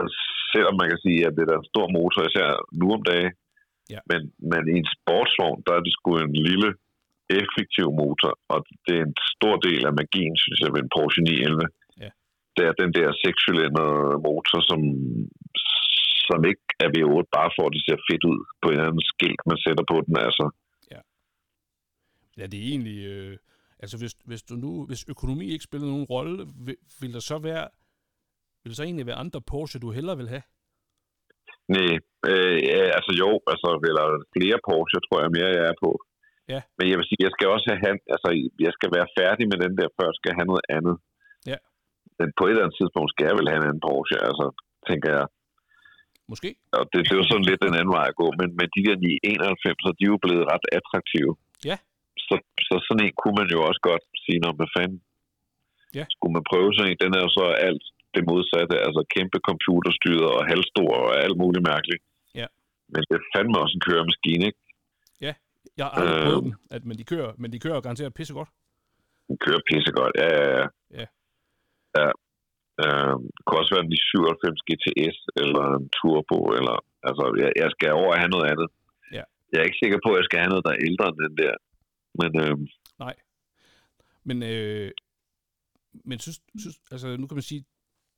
Og Selvom man kan sige, at det er da en stor motor, især nu om dagen,
Ja.
men, men i en sportsvogn, der er det sgu en lille, effektiv motor, og det er en stor del af magien, synes jeg, ved en Porsche 911.
Ja.
Det er den der sekscylinder motor, som, som ikke er V8, bare for at det ser fedt ud på en eller anden skilt, man sætter på den. Altså,
Ja, det er egentlig... Øh, altså, hvis, hvis, du nu, hvis økonomi ikke spillede nogen rolle, vil, vil der så være... Vil der så egentlig være andre Porsche, du hellere vil have?
Nej, øh, ja, altså jo, altså eller flere Porsche, tror jeg mere, jeg er på.
Ja.
Men jeg vil sige, jeg skal også have, han- altså jeg skal være færdig med den der, før jeg skal have noget andet.
Ja.
Men på et eller andet tidspunkt skal jeg vel have en anden Porsche, altså tænker jeg.
Måske.
Og det, det er jo sådan lidt den anden vej at gå, men, men de der 991, så de er jo blevet ret attraktive.
Ja.
Så, så sådan en kunne man jo også godt sige, når hvad fanden
Ja.
skulle man prøve sådan en. Den er jo så alt det modsatte, altså kæmpe computerstyret og halvstor og alt muligt mærkeligt.
Ja.
Men det er fandme også en køremaskine, ikke?
Jeg har aldrig
Øh.
prøvet dem, at, men, de kører, men de kører garanteret pissegodt.
Den kører pissegodt. Ja, ja, ja.
Ja.
ja. Øh, kunne også være en 97 GTS, eller en Turbo, eller... Altså, jeg, jeg skal over og have noget andet.
Ja.
Jeg er ikke sikker på, at jeg skal have noget, der er ældre end den der. Men øh,
Men, øh, men synes, synes, altså, nu kan man sige,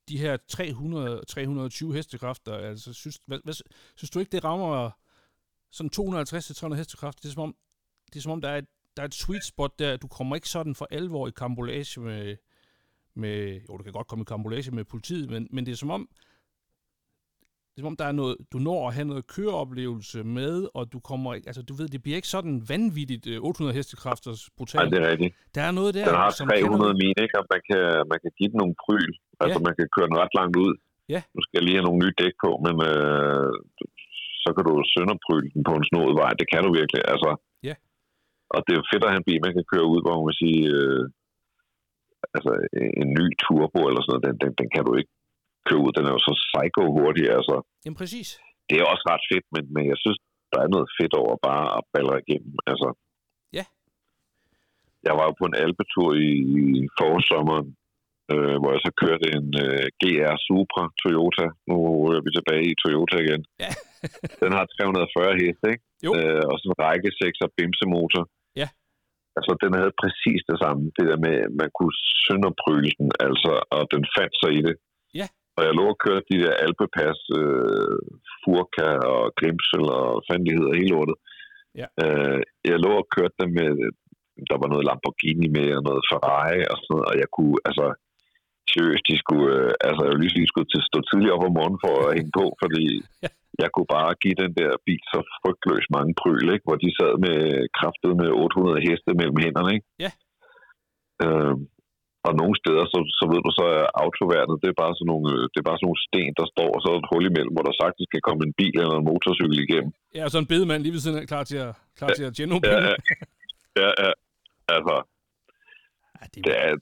de her 300 320 hestekræfter, altså, synes, hvad, hvad, synes du ikke, det rammer sådan 250-300 hestekræfter? Det er som om, det er, som om der, er et, der er et sweet spot der. Du kommer ikke sådan for alvor i kambolage med, med jo, du kan godt komme i kambolage med politiet, men, men det er som om, det er, som om der er noget, du når at have noget køreoplevelse med, og du kommer ikke, altså du ved, det bliver ikke sådan vanvittigt øh, 800 hestekræfters
ej,
brutal
det er rigtigt.
der er noget der,
Den har
som
300
kender-
mil, ikke? Og man kan, man kan give den nogle pryl. Altså, man kan køre den ret langt ud.
Ja.
Nu skal jeg lige have nogle nye dæk på, men øh, så kan du sønderpryle den på en snodet vej. Det kan du virkelig, altså.
Ja.
Og det er jo fedt at have en bil, man kan køre ud, hvor man kan sige, øh, altså, en ny turbo eller sådan noget, den, den, den kan du ikke køre ud. Den er jo så psycho hurtig, altså.
Jamen præcis.
Det er også ret fedt, men, men jeg synes, der er noget fedt over bare at balre igennem, altså.
Ja.
Jeg var jo på en alpetur i, i forsommeren, øh, hvor jeg så kørte en øh, GR Supra Toyota. Nu er vi tilbage i Toyota igen.
Ja.
den har 340 heste, ikke?
Jo.
Øh, og sådan en række 6 og bimsemotor.
Ja.
Altså, den havde præcis det samme. Det der med, at man kunne sønderpryle den, altså, og den fandt sig i det.
Ja.
Og jeg lå og kørte de der alpepas, øh, Furka og Grimsel og hvad fanden de hedder, hele lortet.
Ja.
Øh, jeg lå og kørte dem med, der var noget Lamborghini med, og noget Ferrari og sådan noget, og jeg kunne, altså, seriøst, de skulle, øh, altså, jeg ville lige skulle til stå tidligere op om morgenen for at hænge på, fordi jeg kunne bare give den der bil så frygtløs mange pryl, ikke? hvor de sad med kraftet med 800 heste mellem hænderne. Ikke?
Ja.
Øh, og nogle steder, så, så ved du, så er autoværnet, det er bare sådan nogle, øh, det er bare sådan nogle sten, der står, og så er der et hul imellem, hvor der sagtens kan komme en bil eller en motorcykel igennem.
Ja, og så en bedemand lige ved siden af, klar til at, klar til at tjene nogle
Ja,
penge.
ja. ja, ja. Altså,
Ej,
det
Ah, er...
er,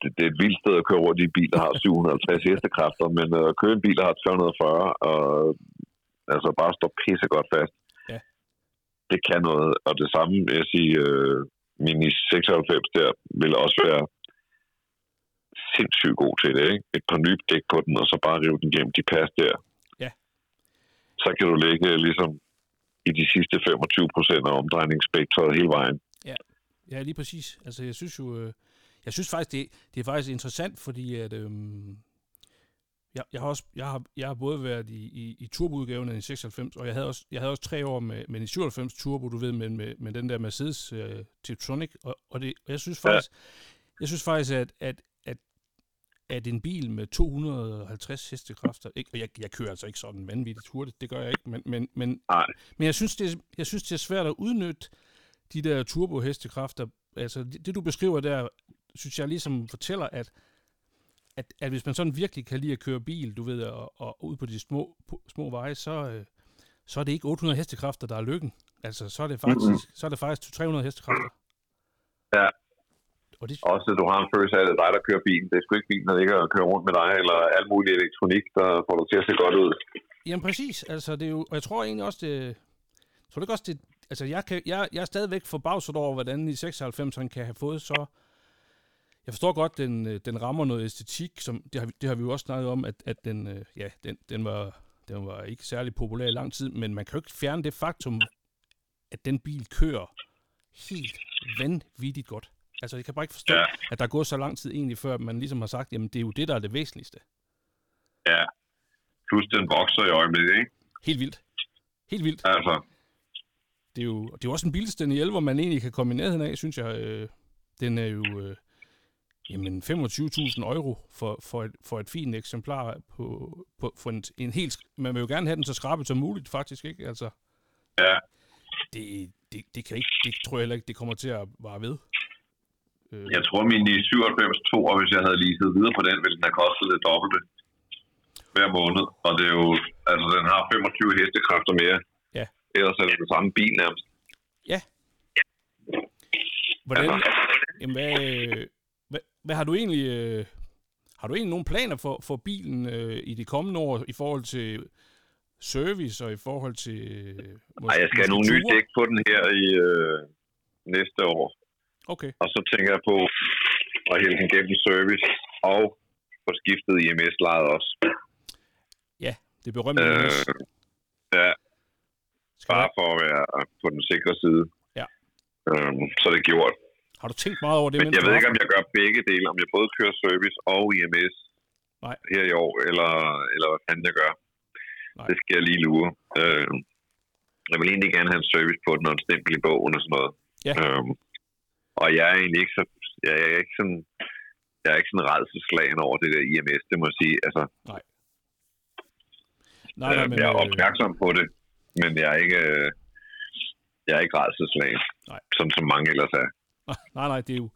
det, det er et vildt sted at køre rundt i en bil, der har 750 hestekræfter, men øh, at køre en bil, der har 340, og altså bare stå pissegodt fast,
Ja.
det kan noget. Og det samme vil jeg sige, øh, min i 96 der ville også være sindssygt god til det, ikke? Et par nye dæk på den, og så bare rive den gennem de pas der.
Ja.
Så kan du ligge øh, ligesom i de sidste 25 procent af omdrejningsspektret hele vejen.
ja, lige præcis. Altså, jeg synes jo... Øh, jeg synes faktisk, det, det er faktisk interessant, fordi at... øhm, jeg, jeg, har også, jeg, har, jeg har både været i, i, i turboudgaven af en 96, og jeg havde også, jeg havde også tre år med, med en 97 turbo, du ved, med, med, med den der Mercedes øh, Tiptronic, og, og, det, og jeg synes
Ja.
faktisk, jeg synes faktisk at, at, at, at en bil med 250 hestekræfter, ikke, og jeg, jeg kører altså ikke sådan vanvittigt hurtigt, det gør jeg ikke, men, men, men,
Nej.
men jeg, synes, det, er- jeg synes, det er svært at udnytte de der turbohestekræfter. Altså, det, det du beskriver der, synes jeg ligesom fortæller, at at, at hvis man sådan virkelig kan lide at køre bil, du ved, og, og ud på de små, på, små veje, så, øh, så er det ikke 800 hestekræfter, der er lykken. Altså, så er det faktisk, mm-hmm. så er det faktisk 300 hestekræfter.
Ja.
Og det,
Også at du har en følelse af, at det er dig, der kører bilen. Det er sgu ikke bilen, der ligger og kører rundt med dig, eller al mulig elektronik, der får dig til at se godt ud.
jamen præcis, altså det er jo, og jeg tror egentlig også, det, jeg tror det ikke også, det, altså jeg, kan, jeg, jeg er stadigvæk forbavset over, hvordan i 96'eren kan have fået så, jeg forstår godt, den, øh, den rammer noget æstetik, som, det, har, vi- det har vi jo også snakket om, at, at den, øh, ja, den, den, var, den var ikke særlig populær i lang tid, men man kan jo ikke fjerne det faktum, at den bil kører helt vanvittigt godt. Altså, jeg kan bare ikke forstå, ja.
Ja.
at der er gået så lang tid egentlig, før man ligesom har sagt, jamen, det er jo det, der er det væsentligste.
Ja. Plus den vokser i øjeblikket, ikke?
Helt vildt. Helt vildt.
Altså,
det er jo, det er jo også en bilstændig hvor man egentlig kan komme i nærheden af, synes jeg. Øh, den er jo øh, jamen 25.000 euro for, for, et, for et fint eksemplar på, på for en, en helt... Man vil jo gerne have den så skrabet som muligt, faktisk, ikke? Altså,
ja.
det, det, det kan ikke... Det tror jeg heller ikke, det kommer til at vare ved. Øh,
Jeg tror, min i 97 2, hvis jeg havde lige siddet videre på den, ville den have kostet det dobbelte. hver måned, og det er jo, altså den har 25 hestekræfter mere.
Ja.
Ellers er det den samme bil nærmest.
Hvordan,
Altså,
jamen, hvad, øh, hvad, hvad har du egentlig... Øh, har du egentlig nogle planer for, for bilen øh, i de kommende år i forhold til service og i forhold til... Øh, mås-
ej, jeg skal
måske
have nogle nye
ture?
dæk på den her i øh, næste år.
Okay,
Og så tænker jeg på at hælde den gennem service og få skiftet IMS-lejet også.
det berømte
Øh,
øh,
ja.
skal
Bare
du-
for at være på den sikre side.
Ja.
Øhm, så er det gjort.
Har du tænkt meget over det?
Men
mens
jeg
du
ved
har
ikke,
haft
om jeg gør begge dele, om jeg både kører service og IMS
Nej.
her i år, eller, eller hvad fanden jeg gør.
Nej.
Nej. Det skal jeg lige lure. Øh, jeg vil egentlig gerne have en service på den, og en stempel i bogen og sådan noget.
Ja.
Øhm, og jeg er egentlig ikke så... Jeg er ikke sådan... Jeg er ikke sådan redselslagen over det der IMS, det må jeg sige. Altså,
den? Nej, nej,
øh,
men,
jeg er
øh,
opmærksom på det, men jeg er ikke... Øh, jeg er ikke redselslagen,
Nej.
som, som mange ellers er.
Nej, nej, det er jo...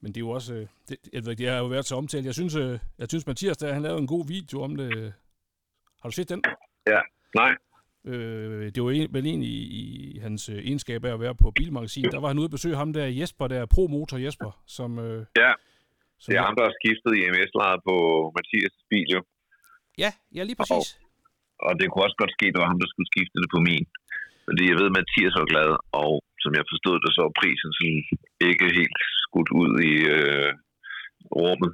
Men det er jo også... øh, Det, jeg ved ikke, det har jo været så omtalt. Jeg synes, øh, jeg synes Mathias, der, han lavede en god video om det. Har du set den?
Nej,
Øh, det var en, vel egentlig i, i hans øh, egenskab af at være på bilmagasinet. Der var han ude at besøge ham der Jesper, der er Pro Motor Jesper, som... Øh,
Ja.
Som,
det er ham, der har skiftet IMS-lejet på Mathias' bil, jo.
ja, ja, lige præcis.
Og det kunne også godt ske, at det var ham, der skulle skifte det på min. Fordi jeg ved, at Mathias var glad, og som jeg forstod det, så var prisen sådan ikke helt skudt ud i øh, rummet.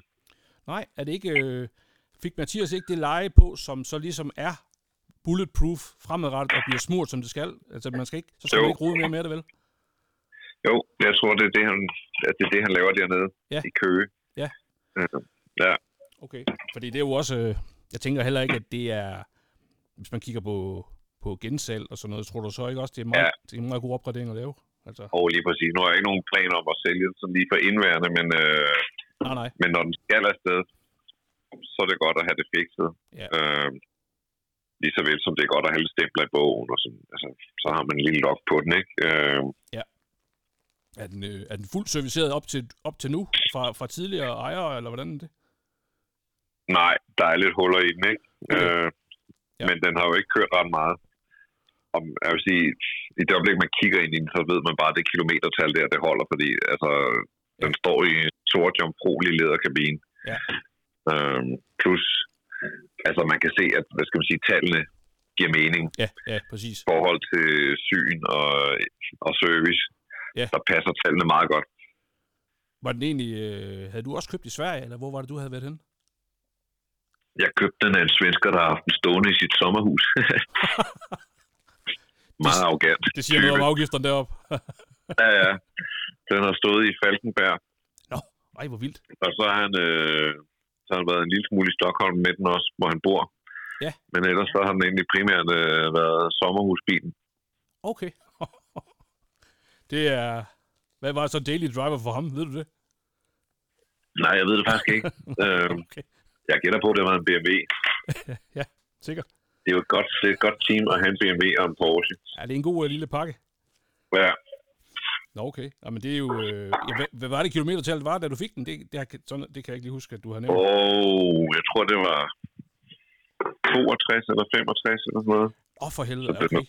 Nej, er det ikke... Øh, fik Mathias ikke det leje på, som så ligesom er bulletproof fremadrettet og bliver smurt, som det skal? Altså, man skal ikke, så skal
Jo.
man ikke rode mere med det, vel?
Jo, jeg tror, det er det, han, at det, er det, han laver dernede
Ja.
ja. i Køge.
Ja.
Øh,
Okay. Fordi det er jo også... øh, Jeg tænker heller ikke, at det er... Hvis man kigger på, på gensalg og sådan noget, tror du så ikke også, det er, meget, ja.
Ja.
det er en meget god opgradering at lave? Altså,
Og lige præcis, nu har jeg ikke nogen planer om at sælge den sådan lige for indværende, men, øh,
nej, nej.
men når den skal afsted, så er det godt at have det fikset.
Ja.
Øh, lige så vel som det er godt at have lidt stempler i bogen, og sådan, altså, så har man en lille log på den, ikke? Øh,
Er den, øh, er den fuldt serviceret op til, op til nu fra, fra tidligere ejere, eller hvordan er det?
Nej, der er lidt huller i den, ikke?
Ja.
Øh,
Ja.
Men den har jo ikke kørt ret meget. Og jeg vil sige, i det øjeblik, man kigger ind i den, så ved man bare, at det kilometertal der, det holder, fordi altså, den står i en sort jomfruelig læderkabine.
Ja.
Øhm, plus, altså man kan se, at hvad skal man sige, tallene giver mening
Ja, ja, præcis.
i forhold til syn og, og service.
Ja.
Der passer tallene meget godt.
Var den egentlig... Øh, havde du også købt i Sverige, eller hvor var det, du havde været henne?
Jeg købte den af en svensker, der har haft den stående i sit sommerhus. meget arrogant.
Det siger noget om afgifterne deroppe.
Ja, ja. Den har stået i Falkenberg,
Ej, hvor vildt.
og så har han, øh, så har han været en lille smule i Stockholm med den også, hvor han bor.
Ja.
Men ellers så har den egentlig primært øh, været sommerhusbilen.
Okay. det er... Hvad var så daily driver for ham? Ved du det?
Nej, jeg ved det faktisk ikke. øh,
Okay.
jeg gætter på, at det var en BMW.
Sikkert.
Det er jo et godt, det er et godt team at have en BMW og en Porsche.
Ja, det er en god øh, lille pakke.
Ja,
Nå, okay. Jamen, det er jo... Øh, ja, hvad, hvad var det kilometertallet var, da du fik den? Det, det, har, sådan, det kan jeg ikke lige huske, at du har nævnt. Åh,
og jeg tror, det var 62 eller 65 eller sådan noget.
oh, for helvede.
så blev
Okay.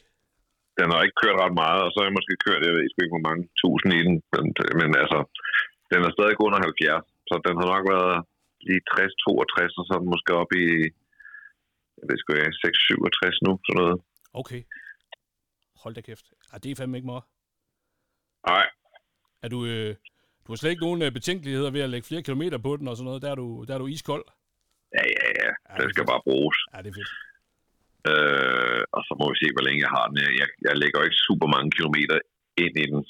Den har ikke kørt ret meget, og så har jeg måske kørt, jeg ved sgu ikke, hvor mange tusind i den. Men, men altså, den er stadig under 70, så den har nok været lige 60-62, og så er den måske op i, jeg ved sgu ikke, 6-67 nu, sådan noget.
Okay. Hold da kæft. Ej, det er fandme ikke meget.
Nej,
Er du... Øh, du har slet ikke nogen øh, betænkeligheder ved at lægge flere kilometer på den og sådan noget. Der er du, der er du iskold.
ja, ja, ja, den skal bare bruges.
Ja, det er fedt.
Øh, og så må vi se, hvor længe jeg har den. Jeg, jeg, jeg lægger jo ikke super mange kilometer ind i den.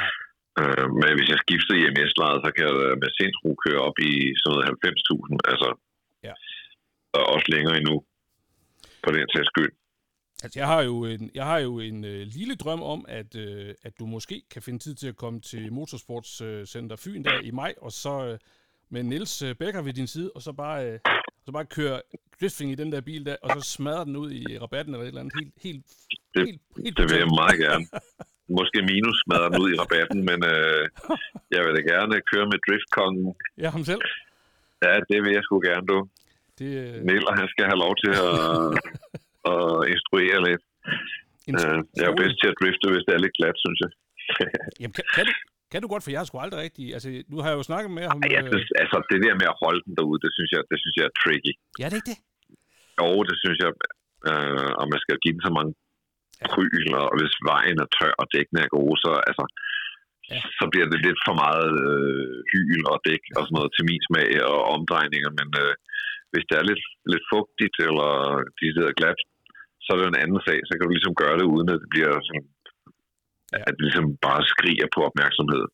Nej.
Øh, men hvis jeg skifter IMS-lejet, så kan jeg da med sindsro køre op i sådan noget 90.000. Altså,
Ja.
Og også længere endnu, på den sags skyld.
Altså, jeg har jo en, jeg har jo en øh, lille drøm om, at, øh, at du måske kan finde tid til at komme til Motorsportscenter øh, Center Fyn der i maj, og så øh, med Nils øh, Becker ved din side, og så bare, øh, så bare køre drifting i den der bil der, og så smadre den ud i rabatten eller et eller andet. Helt, helt,
Det-
helt, helt
Det vil
brutalt.
jeg meget gerne. Måske minus smadrer den ud i rabatten, men øh, jeg vil da gerne køre med driftkongen.
Ja, ham selv.
Ja, det vil jeg sgu gerne, du.
Det, øh,
Miller, han skal have lov til at, at instruere lidt.
en,
Øh, jeg er jo bedst til at drifte, hvis det er lidt glat, synes jeg.
Jamen, kan, kan, du, kan du godt, for jeg har sgu aldrig rigtig... Altså, nu har jeg jo snakket med ham...
Ej, jeg
øh,
synes, altså, det der med at holde den derude, det synes jeg, det synes jeg er tricky.
ja, det er ikke det.
Jo, det synes jeg, øh, og man skal give den så mange kryl, og hvis vejen er tør, og dækkene er gode, så, altså,
Ja.
ja. så bliver det lidt for meget øh, hyl og dæk og sådan noget til min smag og omdrejninger, men øh, hvis det er lidt, lidt fugtigt, eller de sidder glat, så er det jo en anden sag, så kan du ligesom gøre det, uden at det bliver sådan,
Ja.
ja. at det ligesom bare skriger på opmærksomhed.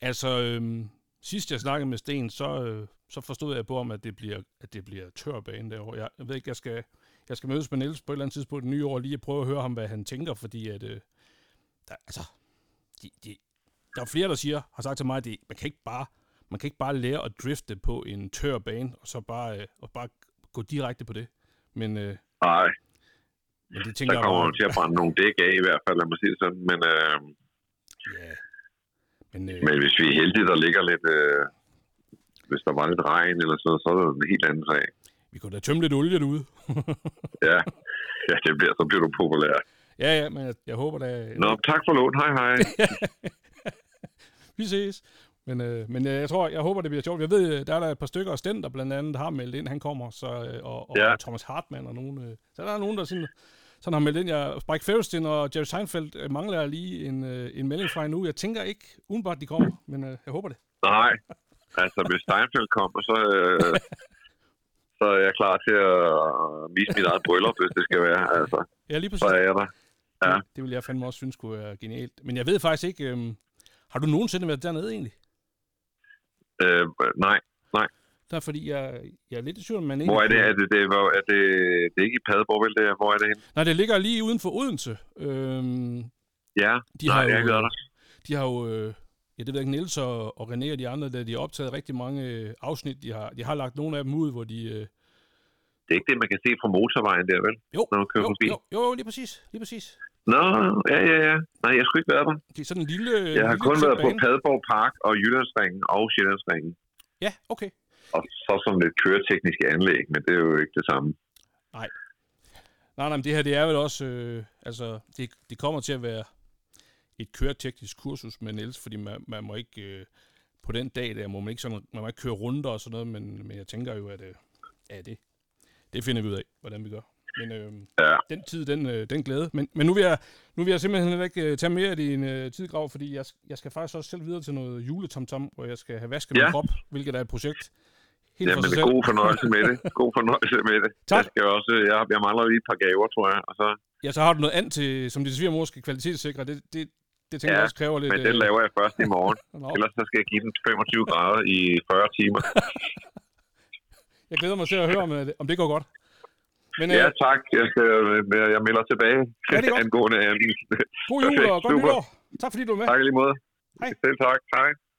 Altså, øhm, sidst jeg snakkede med Sten, så, øh, så forstod jeg på om, at det bliver, at det bliver tør bane derovre. Jeg, jeg ved ikke, jeg skal, jeg skal mødes med Niels på et eller andet tidspunkt i det nye år, lige at prøve at høre ham, hvad han tænker, fordi at, øh, der, altså, de, de, der er flere, der siger, har sagt til mig, at det, man, kan ikke bare, man kan ikke bare lære at drifte på en tør bane, og så bare, øh, og bare gå direkte på det. Men, øh,
Nej,
men det
så
tænker
kommer
jeg
man til at brænde nogle dæk af i hvert fald, lad mig sige det sådan, men... Øh,
Ja. Men, øh,
Men hvis vi er heldige, der ligger lidt... Øh, hvis der var lidt regn eller sådan noget, så er det en helt anden sag.
vi kunne da tømme lidt olie derude.
Ja, ja det bliver, så bliver du populær.
ja, ja, men jeg, jeg håber da...
Nå, tak for lån. Hej, hej.
vi ses. Men, øh, men øh, jeg tror, jeg håber, det bliver sjovt. Jeg ved, øh, der er der et par stykker af Stender, blandt andet har meldt ind, han kommer, så, øh, og, og ja.
Ja.
Thomas Hartmann og nogen. Øh, så der er nogen, der sådan, sådan har meldt ind. Jeg, Spike Ferristin og Jerry Seinfeld øh, mangler jeg lige en, øh, en melding fra endnu. Jeg tænker ikke udenbart, de kommer, men øh, jeg håber det.
Nej. Altså, hvis Steinfeld kommer, så, øh, så er jeg klar til at vise mit eget bryllup, hvis det skal være. Altså,
Ja, lige præcis.
så er jeg der. Ja.
Det, det vil jeg fandme også synes kunne være genialt. Men jeg ved faktisk ikke, øh, har du nogensinde været dernede egentlig?
Øh, nej.
Der er fordi, jeg, jeg er lidt i tvivl, om man ikke...
Hvor er det? Er det, det, hvor, er det, det er ikke i Padborg, vel? Det er, hvor er det henne?
Nej, det ligger lige uden for Odense. Øhm,
Ja,
de
nej,
har jo,
jeg glæder dig.
De har jo, øh, ja det ved jeg ikke, Niels og, og René og de andre, der de har optaget rigtig mange øh, afsnit. De har, de har lagt nogle af dem ud, hvor de... Øh,
Det er ikke det, man kan se fra motorvejen der, vel?
jo,
Når man kører
jo,
forbi.
jo, jo, lige præcis, lige præcis.
Nå, ja, ja, ja. Nej, jeg skulle ikke være der.
Det er sådan en lille... øh,
Jeg har
lille
kun været på
klipbane.
Padborg Park og Jyllandsringen og Sjællandsringen.
Ja, okay.
Og så sådan lidt køretekniske anlæg, men det er jo ikke det samme.
Nej, nej, men det her, det er vel også... Øh, altså, det, det kommer til at være et køreteknisk kursus med Niels, fordi man, man må ikke... Øh, på den dag der, må man ikke, sådan, man må ikke køre runder og sådan noget, men, men jeg tænker jo, at øh, ja, det, det finder vi ud af, hvordan vi gør. Men øh,
Ja.
den tid, den, øh, den glæde. Men, men nu, vil jeg, nu vil jeg simpelthen heller ikke øh, tage mere af din øh, tid, Grav, fordi jeg, jeg skal faktisk også selv videre til noget juletomtom, hvor jeg skal have vasket ja.
Ja.
min krop, hvilket er et projekt. Helt
Jamen,
for sig
det
selv.
er god fornøjelse med det. God fornøjelse med det.
Tak.
Jeg, skal også, jeg, jeg mangler lige et par gaver, tror jeg. Og så,
Ja, så har du noget andet, til, som din svigermor skal kvalitetssikre. Det, det, det tænker
Ja,
jeg også kræver lidt...
men den
øh,
laver jeg først i morgen.
Nå,
Ellers så skal jeg give den 25 grader i 40 timer.
jeg glæder mig til at høre, om, øh, om det går godt. Men øh,
Ja, tak. Jeg, skal, jeg, jeg melder tilbage.
Ja, det er godt.
Angående anden.
god jul og
perfekt.
godt
Super.
nytår. Tak fordi du var med.
Tak i lige måde.
Hej.
Selv tak. Hej.